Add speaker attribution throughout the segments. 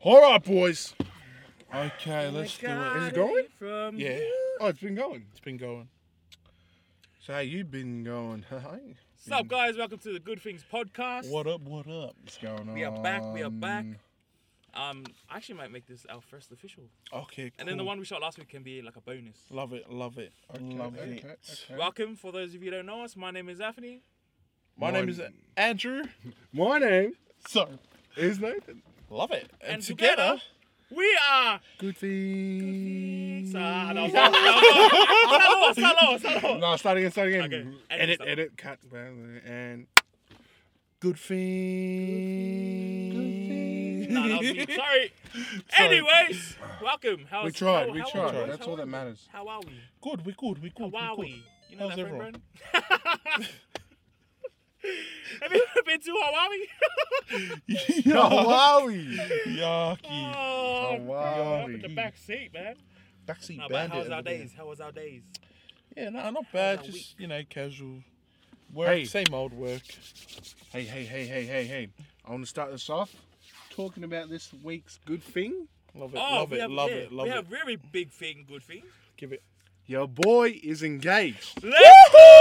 Speaker 1: All right, boys.
Speaker 2: Okay, let's do it.
Speaker 1: Is it going?
Speaker 3: From
Speaker 2: Yeah,
Speaker 1: Oh, it's been going.
Speaker 2: it's been going. So how you been going? What's
Speaker 3: What's up, guys? Welcome to the Good Things podcast.
Speaker 2: what up? What up? What's going on?
Speaker 3: We are back. We are back. Um, I actually might make this our first official,
Speaker 2: Okay. Cool.
Speaker 3: and then the one we shot last week can be like a bonus.
Speaker 2: Love it. Love it. love it.
Speaker 1: okay, okay.
Speaker 3: Welcome for those of you who don't know us. My name is Anthony.
Speaker 2: My name
Speaker 1: Mine-
Speaker 2: is uh, Andrew.
Speaker 1: My name
Speaker 2: So
Speaker 1: is Nathan.
Speaker 2: love it. And,
Speaker 3: And
Speaker 2: together,
Speaker 3: together- We are.
Speaker 1: Good thing.
Speaker 3: Sa- no, sa- no, sa- no, sa- no.
Speaker 1: Oh, No, start again, start again.
Speaker 3: Okay,
Speaker 1: Edit,
Speaker 3: edit, stop.
Speaker 1: edit, cut, blah, blah, and. Good thing. Good
Speaker 3: No, that was me. Sorry. Anyways, welcome. How's,
Speaker 1: We tried,
Speaker 3: how-
Speaker 1: we
Speaker 3: how are
Speaker 1: tried.
Speaker 3: boys?
Speaker 1: That's
Speaker 3: How
Speaker 1: all
Speaker 3: are
Speaker 1: that
Speaker 3: we?
Speaker 1: matters.
Speaker 3: How are we?
Speaker 2: good. We good. We good.
Speaker 3: How are
Speaker 2: we good.
Speaker 3: we? You know
Speaker 2: How's
Speaker 3: that
Speaker 2: everyone?
Speaker 3: friend, Bren? Have you ever been to Hawaii?
Speaker 2: Yuck. Yucky.
Speaker 3: Oh, bro, up in the
Speaker 1: Hawaii.
Speaker 3: back seat, man.
Speaker 2: Backseat
Speaker 3: No, but
Speaker 2: bandit.
Speaker 3: how was our
Speaker 2: over there.
Speaker 3: days? How was our days?
Speaker 2: Yeah, no, not
Speaker 3: our
Speaker 2: bad.
Speaker 3: week?
Speaker 2: Just you know, casual work.
Speaker 1: Hey.
Speaker 2: Same old work.
Speaker 1: Hey, hey, hey, hey, hey, hey. I want to start this off talking about this week's good thing.
Speaker 2: Love it. love
Speaker 3: Oh, we
Speaker 2: it.
Speaker 3: have,
Speaker 2: love
Speaker 3: yeah,
Speaker 2: it. Love
Speaker 3: we
Speaker 2: it.
Speaker 3: have very big thing, good thing.
Speaker 2: Give it.
Speaker 1: Your boy is engaged.
Speaker 3: Let's go!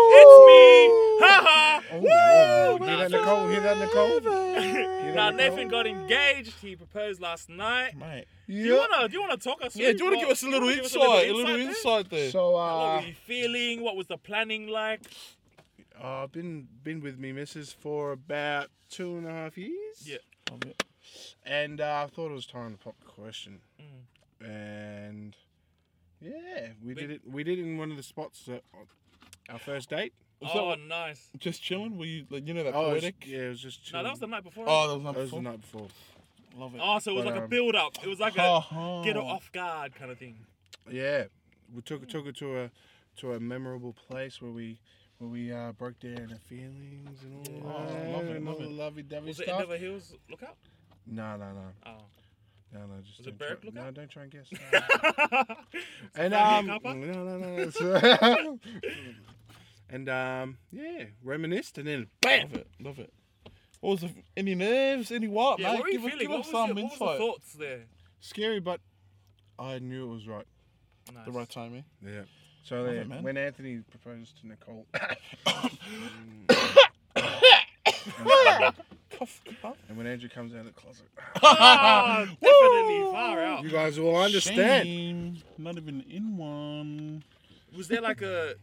Speaker 3: It's me! Ha ha!
Speaker 1: Oh, oh,
Speaker 3: Woo!
Speaker 1: Hear that, Nicole? Hear that, Nicole?
Speaker 2: Mate.
Speaker 1: Hear
Speaker 3: Now
Speaker 1: that, Nicole?
Speaker 3: Nathan got engaged. He proposed last night. Do you
Speaker 1: Yeah.
Speaker 3: wanna do you wanna talk us?
Speaker 2: Yeah,
Speaker 3: through
Speaker 2: do you want to
Speaker 3: what-
Speaker 2: give us a
Speaker 3: you wanna
Speaker 2: little
Speaker 3: give us
Speaker 2: insight? A little
Speaker 3: there?
Speaker 2: insight Ah. there.
Speaker 1: So,
Speaker 3: What
Speaker 1: uh,
Speaker 3: were you feeling? What was the planning like?
Speaker 1: uh, been been with me, missus, for about two and a half years.
Speaker 3: Yeah.
Speaker 2: Love it.
Speaker 1: And uh, I thought it was time to pop the question.
Speaker 3: Mm.
Speaker 1: And yeah, we
Speaker 3: Big-
Speaker 1: did it. We did it in one of the spots that uh, our first date.
Speaker 2: Was
Speaker 3: oh,
Speaker 2: that
Speaker 3: nice.
Speaker 2: just chilling? Were you like you know that
Speaker 1: Oh, it was-
Speaker 2: poetic?
Speaker 1: yeah, it was just.
Speaker 3: No, that was the
Speaker 1: chilling.
Speaker 3: night before.
Speaker 2: Oh, that was
Speaker 1: That
Speaker 2: number
Speaker 1: was the
Speaker 2: four.
Speaker 1: night before.
Speaker 2: Love it.
Speaker 3: Oh, so it was
Speaker 1: But,
Speaker 3: like a
Speaker 1: um,
Speaker 3: build up. It was like a
Speaker 2: Uh-huh.
Speaker 3: get her off guard kind of thing.
Speaker 1: Yeah, we took
Speaker 3: Mm.
Speaker 1: took her to a to a memorable place where we where we uh, broke down our feelings and all
Speaker 2: Oh,
Speaker 1: that
Speaker 2: love it,
Speaker 1: and
Speaker 2: love
Speaker 1: all
Speaker 2: it.
Speaker 1: the lovey dovey
Speaker 3: Was it end
Speaker 1: stuff.
Speaker 3: of a hills lookout?
Speaker 1: No, no, no,
Speaker 3: Oh.
Speaker 1: no, no. Just
Speaker 3: Was
Speaker 1: don't
Speaker 3: it
Speaker 1: try-
Speaker 3: Berwick lookout?
Speaker 1: No, don't try and guess. No. and um,
Speaker 3: Friday, Kappa?
Speaker 1: no, no, no. So- and um, yeah, reminisced, and then bam.
Speaker 2: Love it. Love it. What was the, any nerves? Any what,
Speaker 3: yeah,
Speaker 2: mate?
Speaker 3: what were you
Speaker 2: give us,
Speaker 3: feeling?
Speaker 2: give
Speaker 3: what,
Speaker 2: us
Speaker 3: was
Speaker 2: some
Speaker 3: your, what was
Speaker 2: insight.
Speaker 3: the thoughts there?
Speaker 1: Scary, but I knew it was right.
Speaker 3: Nice.
Speaker 2: The right timing.
Speaker 1: Yeah. So
Speaker 2: Love
Speaker 1: then,
Speaker 2: it, man.
Speaker 1: when Anthony proposed to Nicole,
Speaker 2: Cuff, cuff.
Speaker 1: and when Andrew comes out of the closet,
Speaker 3: Ah, definitely far out.
Speaker 1: you guys will understand.
Speaker 2: Shame. Not even in one.
Speaker 3: Was there like a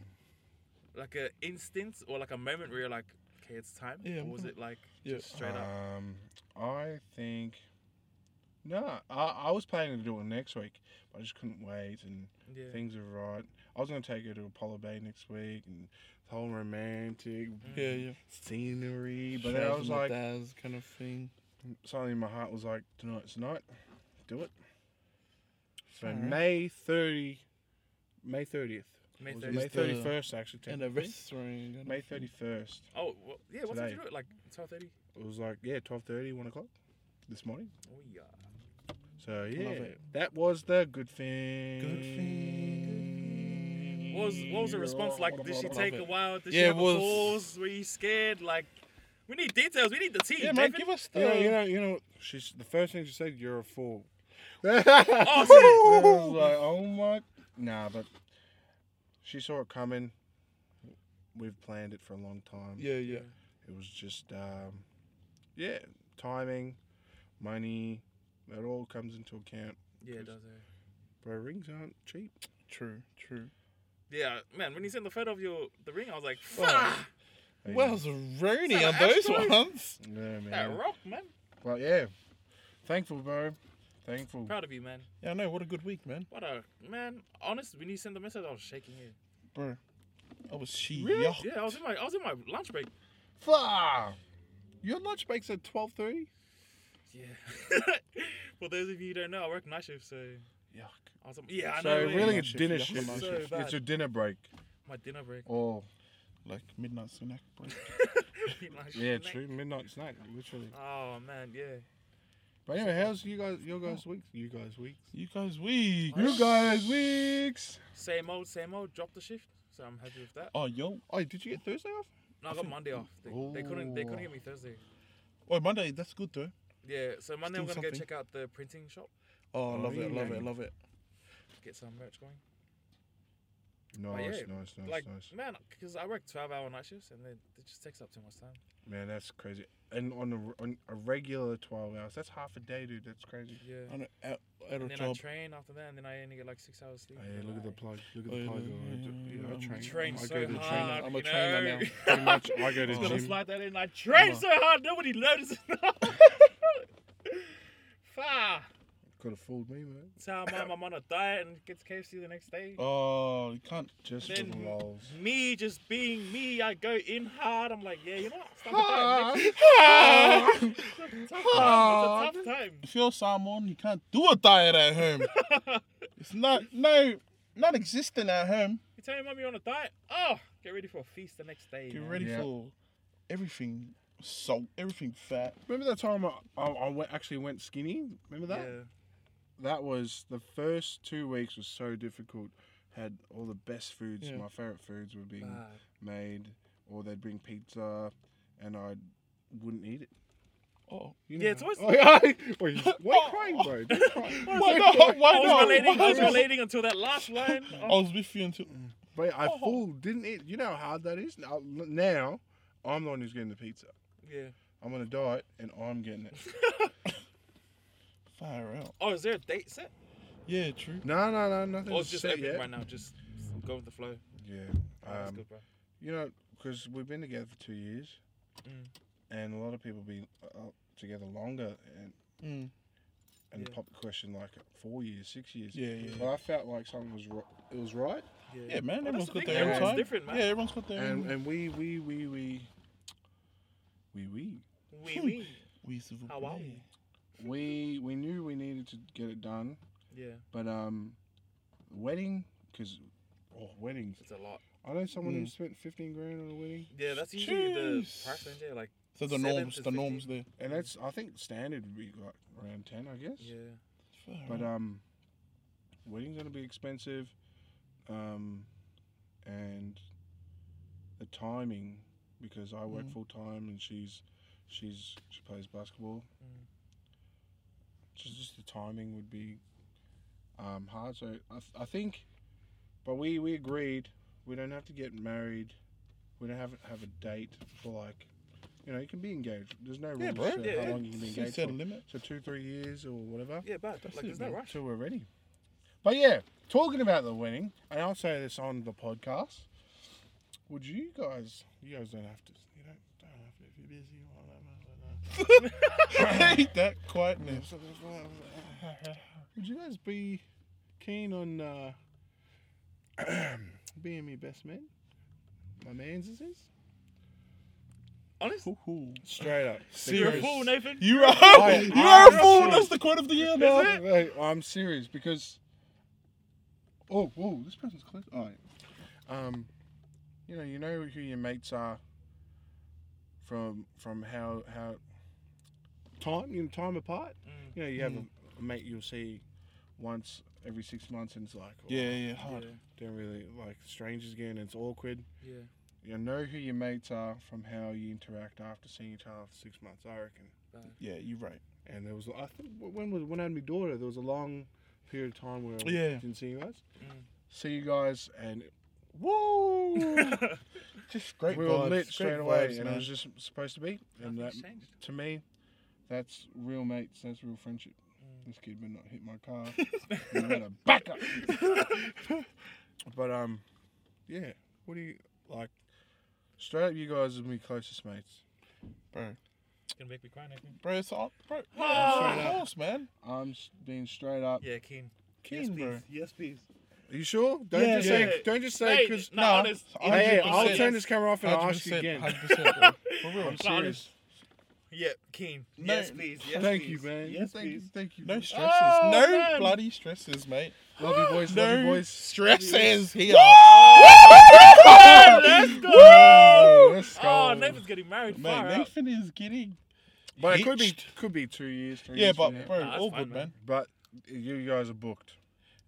Speaker 3: like a instance or like a moment where you're like, okay, it's time?
Speaker 2: Yeah,
Speaker 3: Or
Speaker 2: I'm
Speaker 3: was
Speaker 2: gonna-
Speaker 3: it like
Speaker 2: Yeah.
Speaker 3: just straight up?
Speaker 1: Um, I think. No, I, I was planning to do it next week, but I just couldn't wait, and
Speaker 2: Uh,
Speaker 3: Yeah.
Speaker 1: things are right. I was gonna take her to Apollo Bay next week, and the whole romantic
Speaker 2: Yeah, yeah.
Speaker 1: scenery. But then I
Speaker 2: Shaves
Speaker 1: was
Speaker 2: and the
Speaker 1: like,
Speaker 2: dazzles kind of thing.
Speaker 1: suddenly my heart was like, tonight's the night, do it. So
Speaker 2: Alright.
Speaker 1: May thirty, May thirtieth,
Speaker 3: May
Speaker 1: Was it
Speaker 3: 30th.
Speaker 1: May
Speaker 2: Is the-
Speaker 1: thirty first actually.
Speaker 2: And a
Speaker 1: technically.
Speaker 2: restaurant. kind of
Speaker 1: May
Speaker 2: thing.
Speaker 1: thirty first.
Speaker 3: Oh, well, yeah, what time did you
Speaker 1: Today.
Speaker 3: do it? Like 12.30?
Speaker 1: It was like yeah, 12:30, 1 o'clock this morning.
Speaker 3: Oh, yeah.
Speaker 1: So yeah,
Speaker 2: it.
Speaker 1: that was the good thing.
Speaker 2: Good thing.
Speaker 3: What was, what was the response like? Did she
Speaker 2: Love
Speaker 3: take a
Speaker 2: it.
Speaker 3: while? Did she
Speaker 2: Yeah, it
Speaker 3: have a
Speaker 2: was-
Speaker 3: pause? Were you scared? Like, we need details. We need the tea.
Speaker 2: Yeah, man,
Speaker 3: Nathan.
Speaker 2: give us the.
Speaker 1: You know, you know, you know. She's the first thing she said. You're a fool.
Speaker 3: Oh, shit.
Speaker 1: I was like, oh my. Nah, but she saw it coming. We've planned it for a long time.
Speaker 2: Yeah, yeah.
Speaker 1: It was just, um, yeah, timing, money. It all comes into account.
Speaker 3: Yeah, it does. Yeah.
Speaker 1: Bro, rings aren't cheap.
Speaker 2: True, true.
Speaker 3: Yeah, man, when you sent the photo of your the ring, I was like,
Speaker 2: Oh,
Speaker 3: fuck,
Speaker 2: Well, Rooney
Speaker 3: Sound
Speaker 2: on those
Speaker 3: absolute.
Speaker 2: ones.
Speaker 1: yeah, man.
Speaker 3: that rock, man.
Speaker 1: But yeah, thankful, bro. Thankful.
Speaker 3: Proud of you, man.
Speaker 2: Yeah, I know. What a good week, man.
Speaker 3: What a man. Honest, when you sent the message, I was shaking here.
Speaker 2: Bro. I was she.
Speaker 1: Really?
Speaker 2: yuck.
Speaker 3: Yeah, I was in my I was in my lunch break.
Speaker 1: Fuck. Your lunch break's at twelve thirty.
Speaker 3: Yeah. For those of you who don't know, I work night shift, so
Speaker 1: Yuck.
Speaker 3: I was yeah, I
Speaker 1: So
Speaker 3: know. eh?
Speaker 1: really,
Speaker 2: Night
Speaker 1: it's
Speaker 2: shift,
Speaker 1: dinner
Speaker 2: yuck,
Speaker 1: shift.
Speaker 2: night
Speaker 3: So shift. bad.
Speaker 1: it's your dinner break.
Speaker 3: my dinner break.
Speaker 1: Oh,
Speaker 2: Like midnight snack break.
Speaker 3: Night
Speaker 1: yeah,
Speaker 3: shift,
Speaker 1: true. Midnight snack, literally.
Speaker 3: mate. Oh man, yeah.
Speaker 1: But anyway, how's you guys? Your guys' weeks? You guys' weeks?
Speaker 2: you guys week.
Speaker 1: You guys' weeks?
Speaker 3: Same old, same old. Drop the shift, so I'm happy with that.
Speaker 2: Oh, yo.
Speaker 1: Oh, did you get Thursday off?
Speaker 3: No, I got Monday off. They, they couldn't they couldn't get me Thursday.
Speaker 2: Oh, Monday. That's good, though.
Speaker 3: Yeah, so Monday we're
Speaker 2: do
Speaker 3: gonna go
Speaker 2: something.
Speaker 3: check out the printing shop,
Speaker 2: Oh,
Speaker 1: Oh,
Speaker 2: love it, love
Speaker 1: yeah.
Speaker 2: it, love it.
Speaker 3: get some merch going.
Speaker 1: Nice,
Speaker 3: yeah,
Speaker 1: nice, nice,
Speaker 3: like
Speaker 1: nice.
Speaker 3: man, because I work twelve-hour night shifts and it, it just takes up too much time.
Speaker 1: Man, that's crazy. And on a, r- on a regular 12 hours, that's half a day, dude. That's crazy.
Speaker 3: Yeah.
Speaker 2: On a, at, at a
Speaker 3: And then I
Speaker 2: job.
Speaker 3: train after that, and then I only get like six hours sleep.
Speaker 1: Oh, yeah, look at the
Speaker 3: Like,
Speaker 1: plug. Look at
Speaker 2: Oh,
Speaker 1: the
Speaker 2: yeah,
Speaker 1: plug.
Speaker 2: yeah,
Speaker 1: I
Speaker 2: yeah,
Speaker 1: do-
Speaker 2: yeah,
Speaker 1: I
Speaker 2: I'm-
Speaker 1: train-
Speaker 3: train
Speaker 1: I
Speaker 3: so
Speaker 1: go to gym.
Speaker 3: hard.
Speaker 2: I'm
Speaker 3: Ah, you
Speaker 2: a trainer
Speaker 3: know?
Speaker 2: now.
Speaker 1: Pretty much, I go to
Speaker 2: It's
Speaker 3: Just gonna
Speaker 1: gym.
Speaker 3: slide that in. I train
Speaker 2: on.
Speaker 3: so hard, nobody notices. Fah.
Speaker 1: Could have fooled me, man.
Speaker 3: That's how mom, I'm on a diet and gets KFC the next day.
Speaker 2: Oh, you can't.
Speaker 1: Just
Speaker 3: Then-
Speaker 1: for the lols.
Speaker 3: Me just being me, I go in hard. I'm like, yeah, you know what? Stop a diet next- It's a tough time. It's a tough time.
Speaker 2: if you're someone, you can't do a diet at home. it's not no not existing at home.
Speaker 3: You tell your mum you're on a diet. Oh, get ready for a feast the next day.
Speaker 2: Get
Speaker 3: man.
Speaker 2: ready
Speaker 1: Yeah.
Speaker 2: for everything salt, everything fat.
Speaker 1: Remember that time I, I, I went, actually went skinny? Remember that?
Speaker 3: Yeah.
Speaker 1: That was the first two weeks was so difficult. Had all the best foods.
Speaker 2: Yeah.
Speaker 1: My favorite foods were being
Speaker 3: Nah.
Speaker 1: made, or they'd bring pizza, and I wouldn't eat it.
Speaker 2: Oh,
Speaker 1: You
Speaker 3: Yeah, it's always-
Speaker 1: Oh, yeah. Wait, why are you crying, bro? Don't cry.
Speaker 2: why not? Why
Speaker 3: I was
Speaker 2: not?
Speaker 3: relating. I was
Speaker 2: Why not?
Speaker 3: relating Oh, until that last line.
Speaker 2: I
Speaker 3: Oh,
Speaker 2: was with you until
Speaker 1: But I
Speaker 2: Oh.
Speaker 1: full didn't eat. You know how hard that is. Now, now I'm the one who's getting the pizza.
Speaker 3: yeah.
Speaker 1: I'm on a diet, and I'm getting it.
Speaker 2: fire out.
Speaker 3: Oh, is there a date set?
Speaker 2: Yeah, true.
Speaker 1: No, no, no, nothing.
Speaker 3: Or it's just
Speaker 1: set
Speaker 3: open
Speaker 1: yet.
Speaker 3: right now? Just go with the flow.
Speaker 1: Yeah.
Speaker 3: Oh, that's
Speaker 1: Um,
Speaker 3: good, bro.
Speaker 1: you know, because we've been together for two years,
Speaker 3: Mm.
Speaker 1: and a lot of people be uh, together longer, and
Speaker 2: Mm.
Speaker 1: and
Speaker 3: Yeah.
Speaker 1: pop the question like four years, six years.
Speaker 2: Yeah, yeah.
Speaker 1: But I felt like something was ro- it was right,
Speaker 2: Yeah, man,
Speaker 3: Well,
Speaker 2: everyone's
Speaker 3: Oh, that's the
Speaker 2: got
Speaker 3: thing,
Speaker 2: their own
Speaker 3: everyone's
Speaker 2: time.
Speaker 3: different, man.
Speaker 2: Yeah, everyone's got their
Speaker 1: and
Speaker 2: own.
Speaker 1: and we we we we we we
Speaker 3: We we.
Speaker 2: We survive.
Speaker 3: How are we?
Speaker 1: we we knew we needed to get it done,
Speaker 3: Yeah,
Speaker 1: but um, wedding because oh weddings.
Speaker 3: it's a lot.
Speaker 1: I know someone who
Speaker 2: Mm.
Speaker 1: spent fifteen grand on a wedding,
Speaker 3: Yeah, that's usually
Speaker 2: Jeez.
Speaker 3: the price range. Yeah, like
Speaker 2: So the
Speaker 3: Seven
Speaker 2: norms,
Speaker 3: to
Speaker 2: the norms there.
Speaker 1: and that's I think standard would be like around ten, I guess.
Speaker 3: yeah,
Speaker 2: Fire
Speaker 1: But
Speaker 2: out.
Speaker 1: um, weddings gonna be expensive, um, and the timing because I work
Speaker 2: Mm.
Speaker 1: full time and she's she's she plays basketball.
Speaker 3: Mm.
Speaker 1: Just, just the timing would be um, hard. So I, th- I think, but we we agreed we don't have to get married. We don't have have a date for like, you know, you can be engaged. There's no rules
Speaker 2: yeah, bro.
Speaker 1: to
Speaker 3: Yeah,
Speaker 1: how
Speaker 3: yeah.
Speaker 1: long you can be
Speaker 2: Set-
Speaker 1: engaged.
Speaker 2: set a
Speaker 1: For.
Speaker 2: limit.
Speaker 1: So two three years or whatever
Speaker 3: yeah, bad.
Speaker 2: That's
Speaker 3: Like
Speaker 2: it,
Speaker 3: there's no
Speaker 2: man.
Speaker 3: rush.
Speaker 1: till we're ready. But yeah, talking about the wedding, and I'll say this on the podcast. Would you guys? You guys don't have to. You don't, don't have to if you're busy or whatever.
Speaker 2: Hate that quietness.
Speaker 1: whatever. Would you guys be keen on uh, being my best man? My man's is this?
Speaker 3: Honest,
Speaker 2: Hoo-hoo.
Speaker 1: Straight up.
Speaker 3: you're a
Speaker 2: serious.
Speaker 3: fool, Nathan.
Speaker 2: You are,
Speaker 1: I-
Speaker 2: you
Speaker 1: I-
Speaker 2: are a fool. That's the quote of the year,
Speaker 1: No,
Speaker 2: man.
Speaker 1: no, I'm serious because. Oh, whoa! This person's close. All right. Um, you know, you know who your mates are. From from how how. Time you know, time apart.
Speaker 3: Mm.
Speaker 1: You know, you have a, a mate you'll see, once every six months, and it's like. oh,
Speaker 2: Yeah, yeah,
Speaker 3: Yeah,
Speaker 2: hard.
Speaker 1: Don't really like strangers again. And it's awkward.
Speaker 3: yeah.
Speaker 1: You know who your mates are from how you interact after seeing each other after six months. I reckon.
Speaker 2: Yeah, you're right.
Speaker 1: And there was, I think, when was when I had my daughter, there was a long period of time where I
Speaker 2: Yeah.
Speaker 1: didn't see you guys.
Speaker 3: Mm.
Speaker 1: See you guys, and
Speaker 2: Woo! Just great
Speaker 1: we
Speaker 2: vibes.
Speaker 1: were lit
Speaker 2: great
Speaker 1: straight away,
Speaker 2: vibes,
Speaker 1: and
Speaker 2: man.
Speaker 1: it was just supposed to be. And that,
Speaker 3: Nothing's changed.
Speaker 1: to me, that's real mates. That's real friendship.
Speaker 3: Mm.
Speaker 1: This kid better not hit my car. you better back up. but um, yeah. What do you like? Straight up, you guys are my closest mates.
Speaker 2: bro.
Speaker 3: It's gonna make me cry, Nathan.
Speaker 2: Bro, it's all, bro.
Speaker 3: Ah.
Speaker 2: Of course, man.
Speaker 1: I'm s- being straight up.
Speaker 3: Yeah, keen.
Speaker 2: Keen, bro.
Speaker 3: Yes, please.
Speaker 1: Are you sure? Don't
Speaker 2: Yeah,
Speaker 1: just
Speaker 3: yeah.
Speaker 1: say. Don't just say
Speaker 3: Hey,
Speaker 1: because.
Speaker 3: no,
Speaker 2: nah,
Speaker 3: honest.
Speaker 2: I-
Speaker 3: yeah,
Speaker 1: Hey, I'll
Speaker 2: 100%.
Speaker 1: turn this camera off and I'll ask you
Speaker 2: 100%,
Speaker 1: again.
Speaker 2: 100%, bro. For real.
Speaker 1: I'm serious.
Speaker 3: Yeah, keen.
Speaker 2: No.
Speaker 3: Yes, please. Yes,
Speaker 1: Thank
Speaker 3: please.
Speaker 1: you, man.
Speaker 3: Yes,
Speaker 1: thank you.
Speaker 3: please.
Speaker 1: Thank you.
Speaker 2: No
Speaker 1: man.
Speaker 2: stresses.
Speaker 3: Oh,
Speaker 2: no
Speaker 3: man.
Speaker 2: bloody stresses, mate.
Speaker 1: Love you, boys. Love
Speaker 2: No
Speaker 1: you, boys.
Speaker 2: stresses here.
Speaker 3: Oh, let's go.
Speaker 1: Let's
Speaker 3: Oh,
Speaker 1: go.
Speaker 3: Nathan's getting married.
Speaker 2: Mate,
Speaker 3: Far out.
Speaker 2: Nathan is getting.
Speaker 1: But it could be
Speaker 2: hitched.
Speaker 1: could be two years, three
Speaker 2: Yeah,
Speaker 1: years
Speaker 2: but
Speaker 1: from now.
Speaker 2: bro,
Speaker 3: Nah, that's
Speaker 2: all
Speaker 3: fine,
Speaker 2: good, man.
Speaker 3: man.
Speaker 1: but you guys are booked.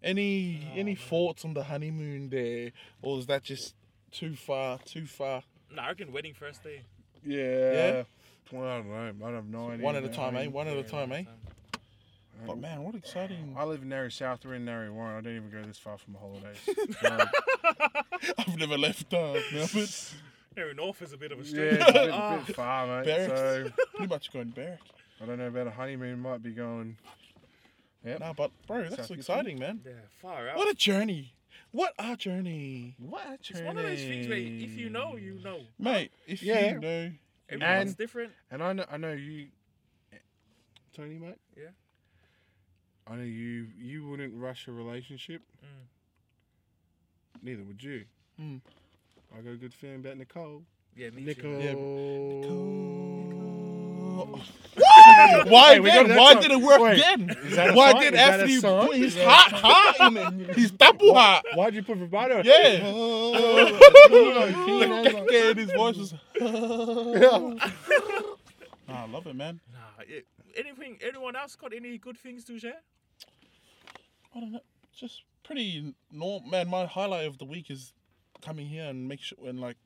Speaker 2: Any
Speaker 3: Oh,
Speaker 2: any
Speaker 3: man.
Speaker 2: thoughts on the honeymoon there, or is that just too far? Too far?
Speaker 3: Nah, I reckon wedding first day.
Speaker 1: Yeah. Well, I don't know. I have no idea.
Speaker 2: One at a
Speaker 1: man.
Speaker 2: time,
Speaker 1: I
Speaker 2: eh?
Speaker 1: mean,
Speaker 2: One at a time, eh?
Speaker 1: I-
Speaker 2: But man, what exciting!
Speaker 1: I live in Narry South. We're in Narry Warren. I don't even go this far from my holidays. Um,
Speaker 2: I've never left uh, Melbourne.
Speaker 3: Aaron North is a bit of a
Speaker 1: yeah,
Speaker 3: stretch.
Speaker 1: it's a bit,
Speaker 3: Ah,
Speaker 1: bit far, mate.
Speaker 2: Barracks.
Speaker 1: So
Speaker 2: Pretty much going barrack.
Speaker 1: I don't know about a honeymoon. Might be going. Yep.
Speaker 2: No, but bro, that's
Speaker 1: South
Speaker 2: exciting, man.
Speaker 3: yeah, far out.
Speaker 2: What a journey! What a journey,
Speaker 1: What a
Speaker 3: it's one of those things where if you know, you know.
Speaker 2: mate. If
Speaker 1: Yeah.
Speaker 2: you know,
Speaker 3: Everyone's
Speaker 1: And-
Speaker 3: different.
Speaker 1: And I know, I know you, Tony, mate.
Speaker 3: Yeah.
Speaker 1: I know you. You wouldn't rush a relationship.
Speaker 3: Mm.
Speaker 1: Neither would you.
Speaker 2: Mm.
Speaker 1: I got a good feeling about Nicole.
Speaker 3: Yeah, me too.
Speaker 1: Nicole.
Speaker 2: Yeah. why
Speaker 1: Hey, we
Speaker 2: again?
Speaker 1: got that
Speaker 2: Why
Speaker 1: song.
Speaker 2: did it work
Speaker 1: Wait,
Speaker 2: again?
Speaker 1: is that a
Speaker 2: Why
Speaker 1: song?
Speaker 2: did
Speaker 1: Is that a
Speaker 2: after you
Speaker 1: song?
Speaker 2: put his
Speaker 1: Is that-
Speaker 2: heart, heart in it? His double heart.
Speaker 1: Why'd you put vibrato?
Speaker 2: Yeah.
Speaker 1: Oh,
Speaker 2: Look at his voice was. nah, I love it, man.
Speaker 3: Nah, it, anything, anyone else got any good things to share?
Speaker 2: I don't know. Just pretty normal, man. My highlight of the week is coming here and make sure and like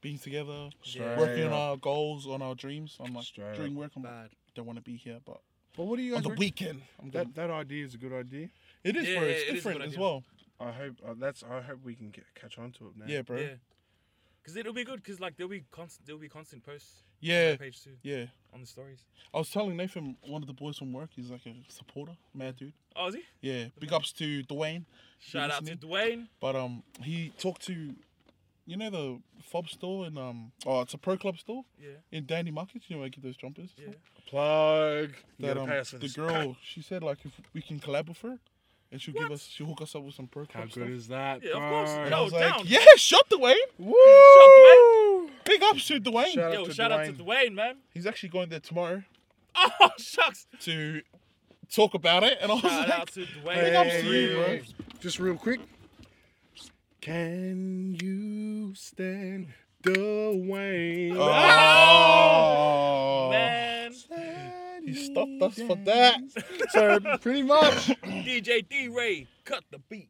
Speaker 2: being together,
Speaker 3: Yeah.
Speaker 2: working
Speaker 1: Straight
Speaker 2: on
Speaker 1: up.
Speaker 2: our goals, on our dreams. I'm like
Speaker 1: Straight
Speaker 2: during work, I'm like,
Speaker 3: Bad.
Speaker 2: don't want to be here, but
Speaker 1: But what do you
Speaker 2: on
Speaker 1: guys?
Speaker 2: the
Speaker 1: reckon?
Speaker 2: weekend, I'm good.
Speaker 1: That that idea is a good idea.
Speaker 2: It is,
Speaker 3: Yeah,
Speaker 2: bro.
Speaker 3: yeah,
Speaker 2: It's
Speaker 3: it is a good
Speaker 2: different as
Speaker 3: idea.
Speaker 2: well.
Speaker 1: I hope uh, that's. I hope we can get catch on to it now.
Speaker 2: Yeah, bro.
Speaker 3: Yeah. Because it'll be good. Because like there'll be constant, there'll be constant posts
Speaker 2: Yeah,
Speaker 3: on page too
Speaker 2: yeah.
Speaker 3: on the stories.
Speaker 2: I was telling Nathan, one of the boys from work, he's like a supporter, mad dude.
Speaker 3: Oh, is he?
Speaker 2: Yeah, big ups to Dwayne.
Speaker 3: Shout out to
Speaker 2: listening?
Speaker 3: Dwayne.
Speaker 2: But um, he talked to, you know, the fob store and um, oh, it's a pro club store
Speaker 3: Yeah.
Speaker 2: in Dandy Market. You know, where I get those jumpers.
Speaker 3: Yeah.
Speaker 1: Plug. You
Speaker 2: That
Speaker 1: gotta
Speaker 2: um,
Speaker 1: pay us for
Speaker 2: the
Speaker 1: this.
Speaker 2: girl, she said like if we can collab with her, and she'll give
Speaker 3: What?
Speaker 2: us, she'll hook us up with some pro
Speaker 1: How
Speaker 2: club stuff.
Speaker 1: good is that?
Speaker 3: Yeah, of course.
Speaker 1: bro?
Speaker 2: And
Speaker 3: No,
Speaker 2: I was like,
Speaker 3: down.
Speaker 2: yeah, shut Dwayne.
Speaker 1: Woo!
Speaker 2: Big ups to Dwayne.
Speaker 1: Shout out
Speaker 3: Yo,
Speaker 1: to
Speaker 3: shout out to
Speaker 1: Dwayne.
Speaker 3: Dwayne, man.
Speaker 2: He's actually going there tomorrow
Speaker 3: Oh shucks.
Speaker 2: to talk about it, and I was
Speaker 3: Shout
Speaker 2: like,
Speaker 3: out to Dwayne.
Speaker 2: Big ups to you, bro.
Speaker 1: Hey, Just real quick. Can you stand Dwayne?
Speaker 2: Oh.
Speaker 3: Man,
Speaker 2: He stopped us for that.
Speaker 1: So pretty much.
Speaker 3: DJ D Ray, cut the beat.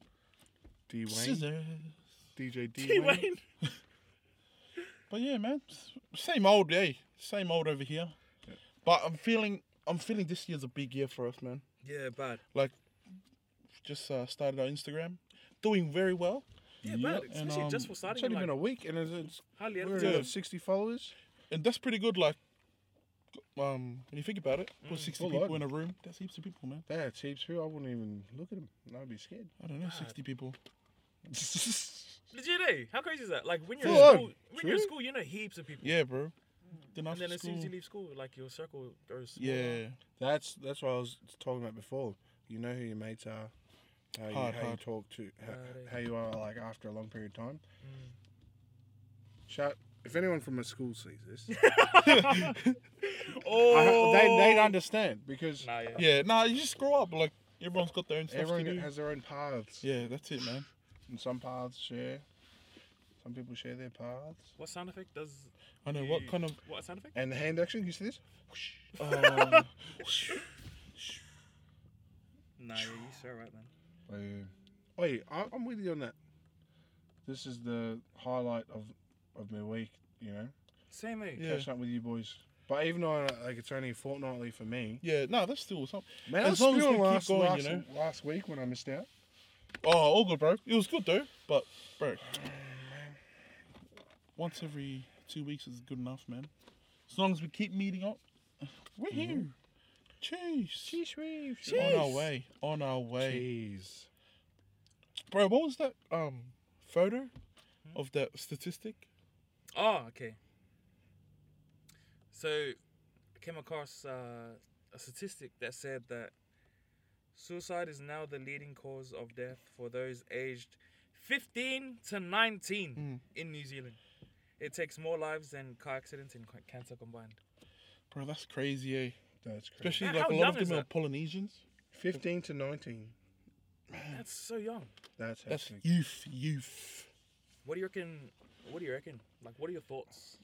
Speaker 1: Dwayne.
Speaker 2: Scissors.
Speaker 1: DJ
Speaker 3: D
Speaker 1: Dwayne.
Speaker 3: Wayne.
Speaker 2: But yeah, man, s- same old, yeah, same old over here. But I'm feeling, I'm feeling this year's a big year for us, man.
Speaker 3: Yeah, bad.
Speaker 2: Just uh, started our Instagram, doing very well.
Speaker 3: Yeah,
Speaker 1: Yeah,
Speaker 3: bad.
Speaker 2: and,
Speaker 3: Especially just
Speaker 2: um,
Speaker 3: for
Speaker 1: It's
Speaker 3: starting.
Speaker 1: only
Speaker 3: like,
Speaker 1: been a week and it's, it's
Speaker 3: hardly
Speaker 1: we're
Speaker 3: anything.
Speaker 2: Yeah.
Speaker 1: at 60 followers.
Speaker 2: and that's pretty good. Like, um, when you think about it, put
Speaker 3: Mm.
Speaker 2: sixty
Speaker 3: Oh,
Speaker 1: Well,
Speaker 2: people
Speaker 1: like-
Speaker 2: in a room. That's heaps of people, man.
Speaker 1: That's heaps who I wouldn't even look at them. I'd be scared.
Speaker 2: I don't know,
Speaker 3: God.
Speaker 2: sixty people.
Speaker 3: Legit, eh? How crazy is that? Like when you're
Speaker 1: Full
Speaker 3: in
Speaker 1: on.
Speaker 3: school, when you're in
Speaker 1: True.
Speaker 3: school, you know heaps of people.
Speaker 2: Yeah, bro. Then
Speaker 3: And
Speaker 2: after
Speaker 3: then as soon
Speaker 2: school,
Speaker 3: as you leave school, like your circle goes. smaller.
Speaker 2: yeah,
Speaker 1: That's that's what I was talking about before. You know who your mates are, how you,
Speaker 2: Hard,
Speaker 1: how you
Speaker 2: hard.
Speaker 1: talk to, how,
Speaker 3: Hard, eh?
Speaker 1: how you are like after a long period of time.
Speaker 2: Mm.
Speaker 1: Shout if anyone from a school sees this, I ho-
Speaker 3: Oh,
Speaker 1: they they'd understand because
Speaker 3: Nah, yeah.
Speaker 2: yeah. Nah, you just grow up. Like everyone's got their own stuff
Speaker 1: everyone
Speaker 2: to do.
Speaker 1: has their own paths,
Speaker 2: yeah, that's it, man.
Speaker 1: and some paths share. Some people share their paths.
Speaker 3: What sound effect does?
Speaker 2: I know what
Speaker 3: you-
Speaker 2: kind of.
Speaker 3: What sound effect?
Speaker 1: And the hand action, you see this?
Speaker 2: Um,
Speaker 3: Nah, yeah, you sure right man.
Speaker 1: Wait, I, I'm with you on that. This is the highlight of of my week. You know,
Speaker 3: Same eh?
Speaker 2: Yeah.
Speaker 1: catching up with you boys. But even though uh, like it's only fortnightly for me,
Speaker 2: yeah, no, that's still something.
Speaker 1: Man,
Speaker 2: As
Speaker 1: I was
Speaker 2: long as
Speaker 1: spewing
Speaker 2: we keep
Speaker 1: last,
Speaker 2: going, you
Speaker 1: last,
Speaker 2: know.
Speaker 1: last week when I missed out.
Speaker 2: Oh, all good, bro. It was good though, but bro,
Speaker 3: Oh,
Speaker 2: once every two weeks is good enough, man. As long as we keep meeting up, we're
Speaker 3: Mm-hmm.
Speaker 2: here. Jeez. On
Speaker 1: Oh,
Speaker 2: our way. On our way.
Speaker 1: Jeez.
Speaker 2: Bro, what was that um photo
Speaker 3: Hmm?
Speaker 2: of that statistic?
Speaker 3: Oh, okay. So, I came across uh, a statistic that said that suicide is now the leading cause of death for those aged 15 to 19 in New Zealand. It takes more lives than car accidents and ca- cancer combined.
Speaker 2: Bro, that's crazy, eh?
Speaker 1: That's crazy.
Speaker 2: Especially
Speaker 3: How-
Speaker 2: like a
Speaker 3: how
Speaker 2: lot of
Speaker 3: young is
Speaker 2: them are
Speaker 3: that?
Speaker 2: Polynesians.
Speaker 1: 15 to 19.
Speaker 3: That's so young.
Speaker 1: That's
Speaker 2: That's
Speaker 1: hectic.
Speaker 2: youth, youth.
Speaker 3: What do you reckon? What do you reckon? Like, what are your thoughts?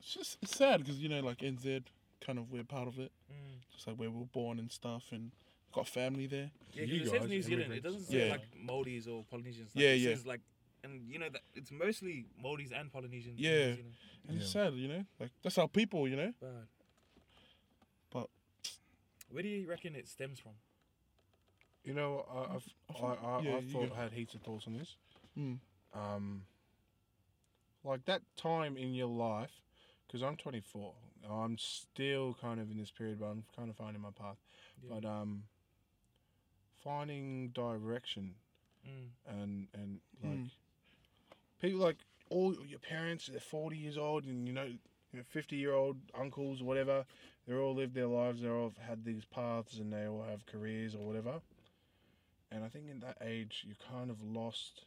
Speaker 2: It's just it's sad because you know like NZ kind of we're part of it.
Speaker 3: Mm.
Speaker 2: Just like where we were born and stuff and got family there.
Speaker 3: Yeah, 'cause
Speaker 1: You
Speaker 3: it says
Speaker 1: guys,
Speaker 3: New Zealand. It
Speaker 1: immigrants.
Speaker 3: doesn't say
Speaker 2: Yeah.
Speaker 3: like Maoris or Polynesians.
Speaker 2: Yeah,
Speaker 3: it
Speaker 2: yeah.
Speaker 3: says like and you know that it's mostly Maldives and Polynesians.
Speaker 2: Yeah.
Speaker 3: You know,
Speaker 2: And it's
Speaker 1: Yeah.
Speaker 2: sad, you know? Like, that's our people, you know?
Speaker 3: bad.
Speaker 2: But-
Speaker 3: where do you reckon it stems from?
Speaker 1: You know, I, I've, I, I,
Speaker 2: yeah,
Speaker 1: I've
Speaker 2: you
Speaker 1: thought,
Speaker 2: go.
Speaker 1: had heaps of thoughts on this.
Speaker 2: Mm.
Speaker 1: Um, like that time in your life, because I'm 24. I'm still kind of in this period, but I'm kind of finding my path.
Speaker 3: Yeah.
Speaker 1: But um, finding direction
Speaker 3: Mm.
Speaker 1: and and like
Speaker 2: Mm.
Speaker 1: people like all your parents they're 40 years old and you know 50 year old uncles or whatever they all lived their lives they all had these paths and they all have careers or whatever and i think in that age you're kind of lost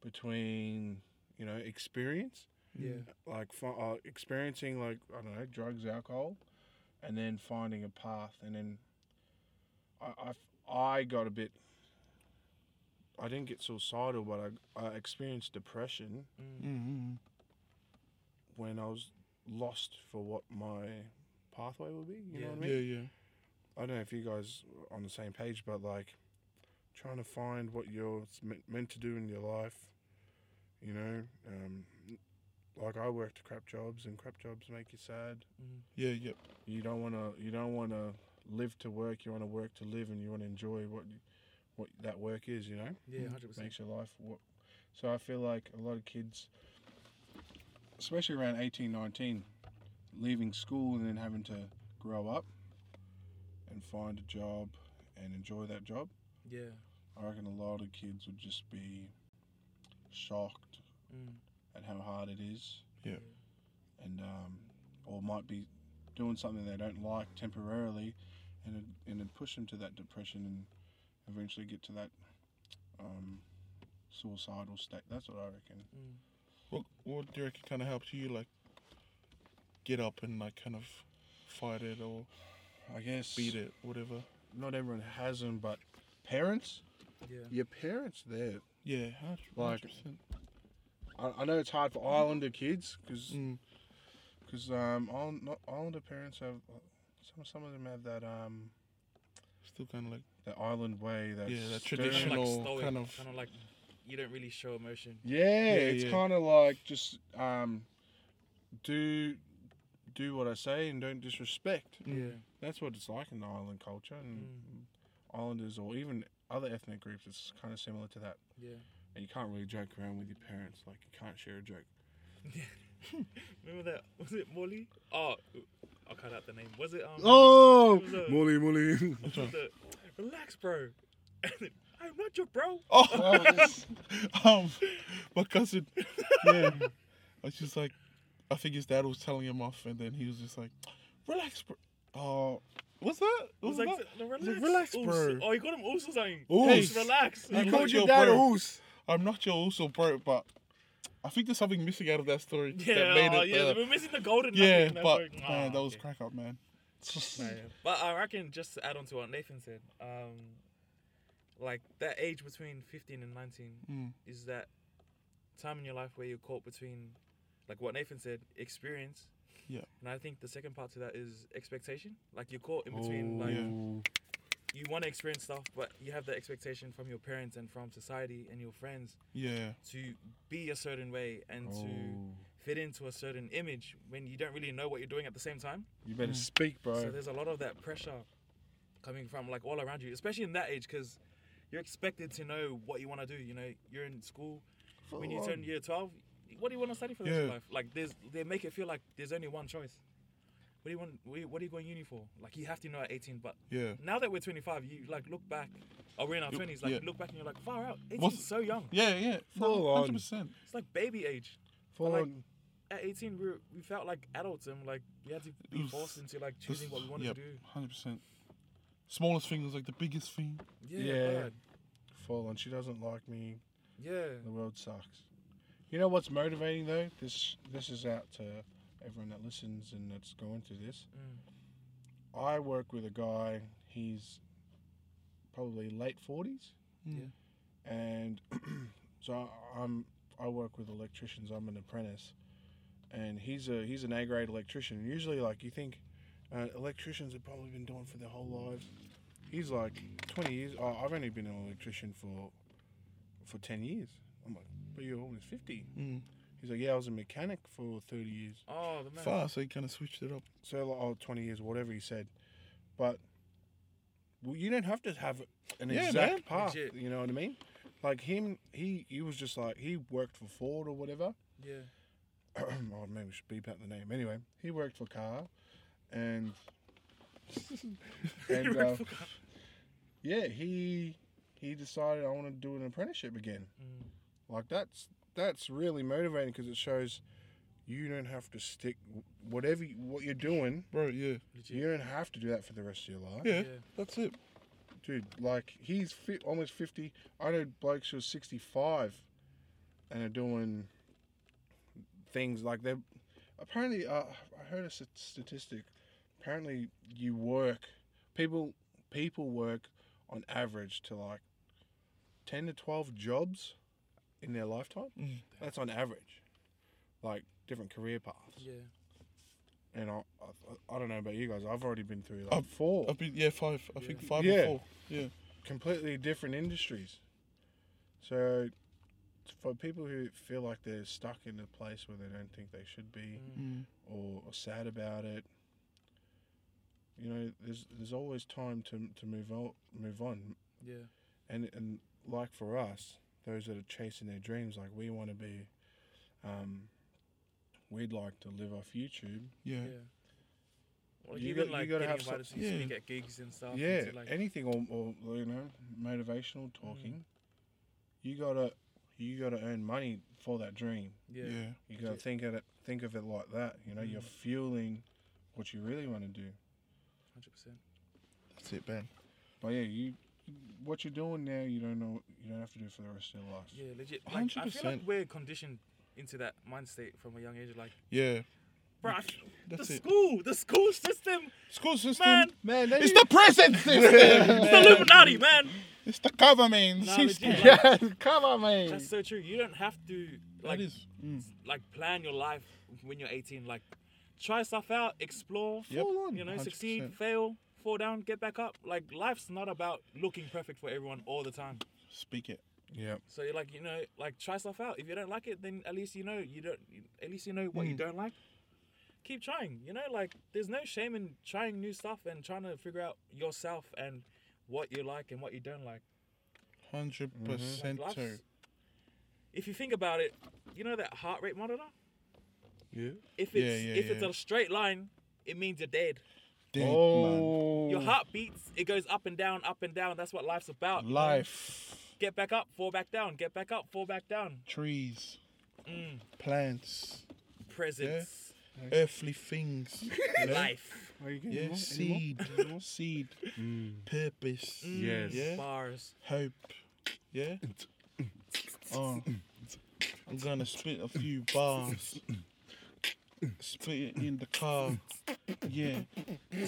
Speaker 1: between you know experience
Speaker 3: Yeah.
Speaker 1: like fi- uh, experiencing like I don't know drugs, alcohol, and then finding a path, and then I I, I got a bit. I didn't get suicidal, but I, I experienced depression
Speaker 3: Mm.
Speaker 2: Mm-hmm.
Speaker 1: when I was lost for what my pathway would be. You know
Speaker 3: Yeah.
Speaker 1: what I
Speaker 2: Yeah,
Speaker 1: mean?
Speaker 2: yeah.
Speaker 1: I don't know if you guys are on the same page, but like trying to find what you're s- me- meant to do in your life, you know. Um, like I worked crap jobs, and crap jobs make you sad.
Speaker 2: Yeah, yep.
Speaker 1: You don't want to. You don't want to live to work. You want to work to live, and you want to enjoy what you- what that work is. You know,
Speaker 2: Mm.
Speaker 3: Yeah. Hundred percent.
Speaker 1: makes your life. What, so I feel like a lot of kids, especially around 18, 19, leaving school and then having to grow up and find a job and enjoy that job.
Speaker 3: Yeah.
Speaker 1: I reckon a lot of kids would just be shocked
Speaker 3: Mm.
Speaker 1: at how hard it is.
Speaker 2: Yeah.
Speaker 1: And um, or might be doing something they don't like temporarily, and it, and it push them to that depression and eventually get to that um, suicidal state. That's what I reckon.
Speaker 3: Mm.
Speaker 2: What, what do you reckon kind of helps you, like, get up and, like, kind of fight it or
Speaker 1: I guess
Speaker 2: beat it, whatever?
Speaker 1: not everyone has them, but parents,
Speaker 3: Yeah.
Speaker 1: your parents there.
Speaker 2: Yeah,
Speaker 1: Like-
Speaker 2: 100%.
Speaker 1: I, I know it's hard for Islander kids because
Speaker 2: Mm.
Speaker 1: because um, Island, not, Islander parents have some some of them have that um
Speaker 2: Still kind of like,
Speaker 1: that island way that's
Speaker 2: Yeah, that
Speaker 1: stern.
Speaker 2: tradition-
Speaker 3: Kind of
Speaker 2: Traditional
Speaker 3: like stoic.
Speaker 2: kind of-
Speaker 3: Kind of like you don't really show emotion.
Speaker 1: Yeah, it's
Speaker 2: yeah.
Speaker 1: kind of like just um, do do what I say and don't disrespect.
Speaker 2: Mm.
Speaker 1: That's what it's like in the island culture and
Speaker 3: Mm.
Speaker 1: islanders or even other ethnic groups. It's kind of similar to that.
Speaker 3: Yeah.
Speaker 2: Mm.
Speaker 1: And you can't really joke around with your parents. Like you can't share a joke.
Speaker 3: Remember that? Was it Molly? Oh, I'll cut out the name. Was it um?
Speaker 1: Oh,
Speaker 3: Who's that?
Speaker 1: Molly, Molly.
Speaker 3: the- relax, bro. And then, I'm not your bro.
Speaker 2: Oh, um, my cousin, yeah, I was just like, I think his dad was telling him off, and then he was just like, "Relax, bro." Oh, what's that?
Speaker 3: It was
Speaker 2: What's
Speaker 3: like,
Speaker 2: that?
Speaker 3: "No,
Speaker 2: It's
Speaker 3: relax,
Speaker 2: like, "Relax,
Speaker 3: Also-
Speaker 2: bro."
Speaker 3: Oh, you got him also saying,
Speaker 2: Oos.
Speaker 3: "Just relax.
Speaker 2: I'm
Speaker 1: You
Speaker 2: not
Speaker 1: called your
Speaker 2: your
Speaker 1: dad a
Speaker 2: bro.
Speaker 1: horse.
Speaker 2: I'm not your also bro, but I think there's something missing out of that story
Speaker 3: yeah,
Speaker 2: that made
Speaker 3: oh,
Speaker 2: it.
Speaker 3: yeah,
Speaker 2: uh,
Speaker 3: we're missing the golden.
Speaker 2: yeah,
Speaker 3: nugget, and that's
Speaker 2: but
Speaker 3: like,
Speaker 2: man,
Speaker 3: "Nah,
Speaker 2: that
Speaker 3: Ah,
Speaker 2: was
Speaker 3: okay."
Speaker 2: crack up, man.
Speaker 3: But uh, I reckon just to add on to what Nathan said, um, like that age between 15 and 19
Speaker 2: Mm.
Speaker 3: is that time in your life where you're caught between, like what Nathan said, experience.
Speaker 2: Yeah.
Speaker 3: And I think the second part to that is expectation. Like you're caught in between,
Speaker 2: Oh,
Speaker 3: like
Speaker 2: yeah.
Speaker 3: you want to experience stuff, but you have the expectation from your parents and from society and your friends
Speaker 2: Yeah,
Speaker 3: to be a certain way and
Speaker 2: Oh.
Speaker 3: to
Speaker 1: Oh.
Speaker 3: fit into a certain image when you don't really know what you're doing at the same time.
Speaker 1: You better speak, bro.
Speaker 3: So there's a lot of that pressure coming from like all around you, especially in that age, because you're expected to know what you want to do. You know, you're in school when you turn year twelve. What do you want to study for the rest of
Speaker 2: Yeah.
Speaker 3: your life? Like, there's they make it feel like there's only one choice. What do you want? what- What are you going uni for? Like, you have to know at 18. But
Speaker 2: yeah,
Speaker 3: now that we're 25, you like look back. Or we're in our 20s. Like,
Speaker 2: yeah.
Speaker 3: look back and you're like, far out. 18
Speaker 2: What's-
Speaker 3: is so young.
Speaker 2: yeah, yeah.
Speaker 1: Full on.
Speaker 2: Hundred percent.
Speaker 3: It's like baby age.
Speaker 1: Full
Speaker 3: like-
Speaker 1: on.
Speaker 3: At 18, we were, we felt like adults and like we had to be
Speaker 2: Oof.
Speaker 3: forced into like choosing what we wanted to do.
Speaker 2: Hundred percent. Smallest thing was like the biggest thing.
Speaker 3: Yeah,
Speaker 1: Yeah.
Speaker 3: yeah.
Speaker 1: Full on. She doesn't like me.
Speaker 3: yeah.
Speaker 1: The world sucks. You know what's motivating though? This this is out to everyone that listens and that's going through this. I work with a guy. He's probably late forties,
Speaker 2: Yeah.
Speaker 1: and so I- I'm I work with electricians. I'm an apprentice, and he's a he's an A grade electrician. Usually, like you think, uh, electricians have probably been doing it for their whole lives. He's like 20 years. Oh, I've only been an electrician for for 10 years. I'm like, but you're almost 50.
Speaker 2: Mm.
Speaker 1: He's like, yeah, I was a mechanic for 30 years.
Speaker 3: Oh, the man.
Speaker 2: Far, so he kind of switched it up.
Speaker 1: So, like, oh, 20 years, whatever he said. But well, you don't have to have an
Speaker 2: Yeah,
Speaker 1: exact
Speaker 2: man.
Speaker 1: path.
Speaker 3: Legit.
Speaker 1: You know what I mean? Like him, he he was just like he worked for Ford or whatever.
Speaker 3: Yeah.
Speaker 1: oh, maybe we should beep out the name. Anyway, he worked for Car, and and uh, yeah, he he decided I want to do an apprenticeship again.
Speaker 3: Mm.
Speaker 1: Like that's that's really motivating because it shows you don't have to stick whatever you, what you're doing.
Speaker 2: Bro, yeah.
Speaker 3: Legit.
Speaker 1: You don't have to do that for the rest of your life,
Speaker 2: Yeah,
Speaker 3: Yeah.
Speaker 2: that's it.
Speaker 1: dude. Like he's fi- almost fifty. I know blokes who are sixty-five and are doing things like they. Apparently, uh, I heard a st- statistic. Apparently, you work people people work on average to like ten to twelve jobs in their lifetime.
Speaker 2: Mm.
Speaker 1: That's on average, like different career paths.
Speaker 3: Yeah.
Speaker 1: And I, I, I don't know about you guys. I've already been through like
Speaker 2: I've-
Speaker 1: four.
Speaker 2: I've been, yeah, five. I think
Speaker 3: Yeah.
Speaker 2: five
Speaker 1: Yeah.
Speaker 2: or four. Yeah.
Speaker 1: completely different industries. So, for people who feel like they're stuck in a place where they don't think they should be
Speaker 3: Mm.
Speaker 2: Mm.
Speaker 1: or are sad about it, you know, there's there's always time to, to move on, move on.
Speaker 3: Yeah.
Speaker 1: And and like for us, those that are chasing their dreams, like we want to be, um, we'd like to live off YouTube.
Speaker 2: Yeah.
Speaker 3: Yeah. Like
Speaker 1: You
Speaker 3: even
Speaker 1: got- you
Speaker 3: like
Speaker 1: gotta
Speaker 3: getting
Speaker 1: have some-
Speaker 3: invited to
Speaker 2: yeah.
Speaker 3: speak at gigs and stuff. and
Speaker 1: Yeah,
Speaker 3: to, like,
Speaker 1: anything or, or you know motivational talking. You gotta you gotta earn money for that dream.
Speaker 3: yeah.
Speaker 2: Yeah. Mm.
Speaker 3: Yeah.
Speaker 1: You gotta
Speaker 3: Legit.
Speaker 1: think of it think of it like that. You know, you're fueling what you really want to do.
Speaker 3: Hundred percent.
Speaker 2: That's it, man.
Speaker 1: But yeah, you what you're doing now, you don't know. You don't have to do for the rest of your life.
Speaker 3: Yeah. Legit. Like I feel like
Speaker 2: 100%.
Speaker 3: we're conditioned into that mind state from a young age. Like,
Speaker 2: Yeah.
Speaker 3: bro, I-
Speaker 2: That's
Speaker 3: the
Speaker 2: it.
Speaker 3: school, the school system,
Speaker 2: School system.
Speaker 3: man.
Speaker 1: Man, they
Speaker 2: It's the present system.
Speaker 3: It's Illuminati, man.
Speaker 2: it's the government
Speaker 3: Nah, legit,
Speaker 2: system.
Speaker 3: like,
Speaker 1: come on, man.
Speaker 3: That's so true. You don't have to like
Speaker 2: that is. Mm.
Speaker 3: like plan your life when you're 18. Like try stuff out, explore,
Speaker 2: Yep. Full
Speaker 3: you know,
Speaker 2: 100%.
Speaker 3: succeed, fail, fall down, get back up. Like life's not about looking perfect for everyone all the time.
Speaker 2: Speak it.
Speaker 1: Yeah,
Speaker 3: So you're like you know, like try stuff out. If you don't like it, then at least you know you don't. At least you know what you don't like. Keep trying. You know, like there's no shame in trying new stuff and trying to figure out yourself and what you like and what you don't like.
Speaker 2: 100%
Speaker 3: Like, life's-
Speaker 2: true.
Speaker 3: if you think about it, you know that heart rate monitor.
Speaker 1: yeah.
Speaker 3: If
Speaker 2: Yeah,
Speaker 3: it's
Speaker 2: yeah,
Speaker 3: if it's
Speaker 2: yeah.
Speaker 3: a straight line, it means you're dead.
Speaker 2: Dead, man.
Speaker 1: oh,
Speaker 3: Your heart beats, it goes up and down, up and down. That's what life's about. you know?
Speaker 2: Life,
Speaker 3: Get back up, fall back down. Get back up, fall back down.
Speaker 2: trees,
Speaker 3: Mm,
Speaker 2: plants,
Speaker 3: presence,
Speaker 2: earthly things.
Speaker 3: life,
Speaker 1: Are you getting
Speaker 2: Yeah,
Speaker 1: more- any more?
Speaker 2: seed, seed, purpose,
Speaker 3: Mm,
Speaker 1: Yes.
Speaker 2: Yeah.
Speaker 3: bars.
Speaker 2: hope. Yeah. Oh, I'm gonna spit a few bars. Spit it in the car. Yeah.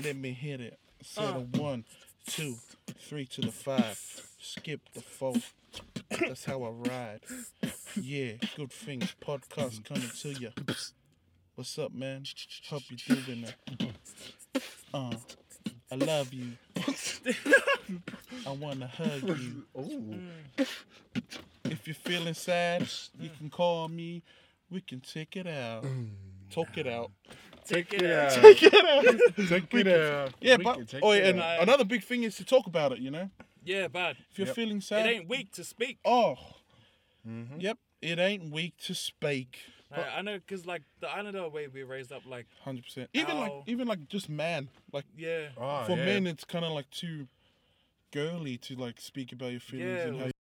Speaker 2: Let me hit it. Set a one, two, three to the five. Skip the four. That's how I ride. Yeah, good things. Podcast coming to ya. What's up, man? Hope you're doing it. Uh, I love you. I wanna hug you. If you're feeling sad, you can call me. We can take it out. Talk it out.
Speaker 1: Take it out.
Speaker 2: Take it out.
Speaker 1: Take it out.
Speaker 2: Yeah,
Speaker 1: We
Speaker 2: but
Speaker 1: can take
Speaker 2: oh,
Speaker 1: it
Speaker 2: yeah, and
Speaker 1: out.
Speaker 3: out.
Speaker 2: another big thing is to talk about it. You know,
Speaker 3: Yeah, bad.
Speaker 2: if you're
Speaker 1: Yep.
Speaker 2: feeling
Speaker 3: It
Speaker 2: sad,
Speaker 3: ain't weak to speak.
Speaker 2: oh,
Speaker 1: Mhm.
Speaker 2: yep, it ain't weak to speak.
Speaker 3: I, I know, cause like the Islander way we raised up, like
Speaker 2: Hundred percent. Even like,
Speaker 3: Ow.
Speaker 2: even like, just man. Like
Speaker 3: yeah.
Speaker 1: Oh,
Speaker 2: for
Speaker 1: yeah.
Speaker 2: men, it's kind of like too girly to like speak about your feelings
Speaker 3: Yeah,
Speaker 2: and how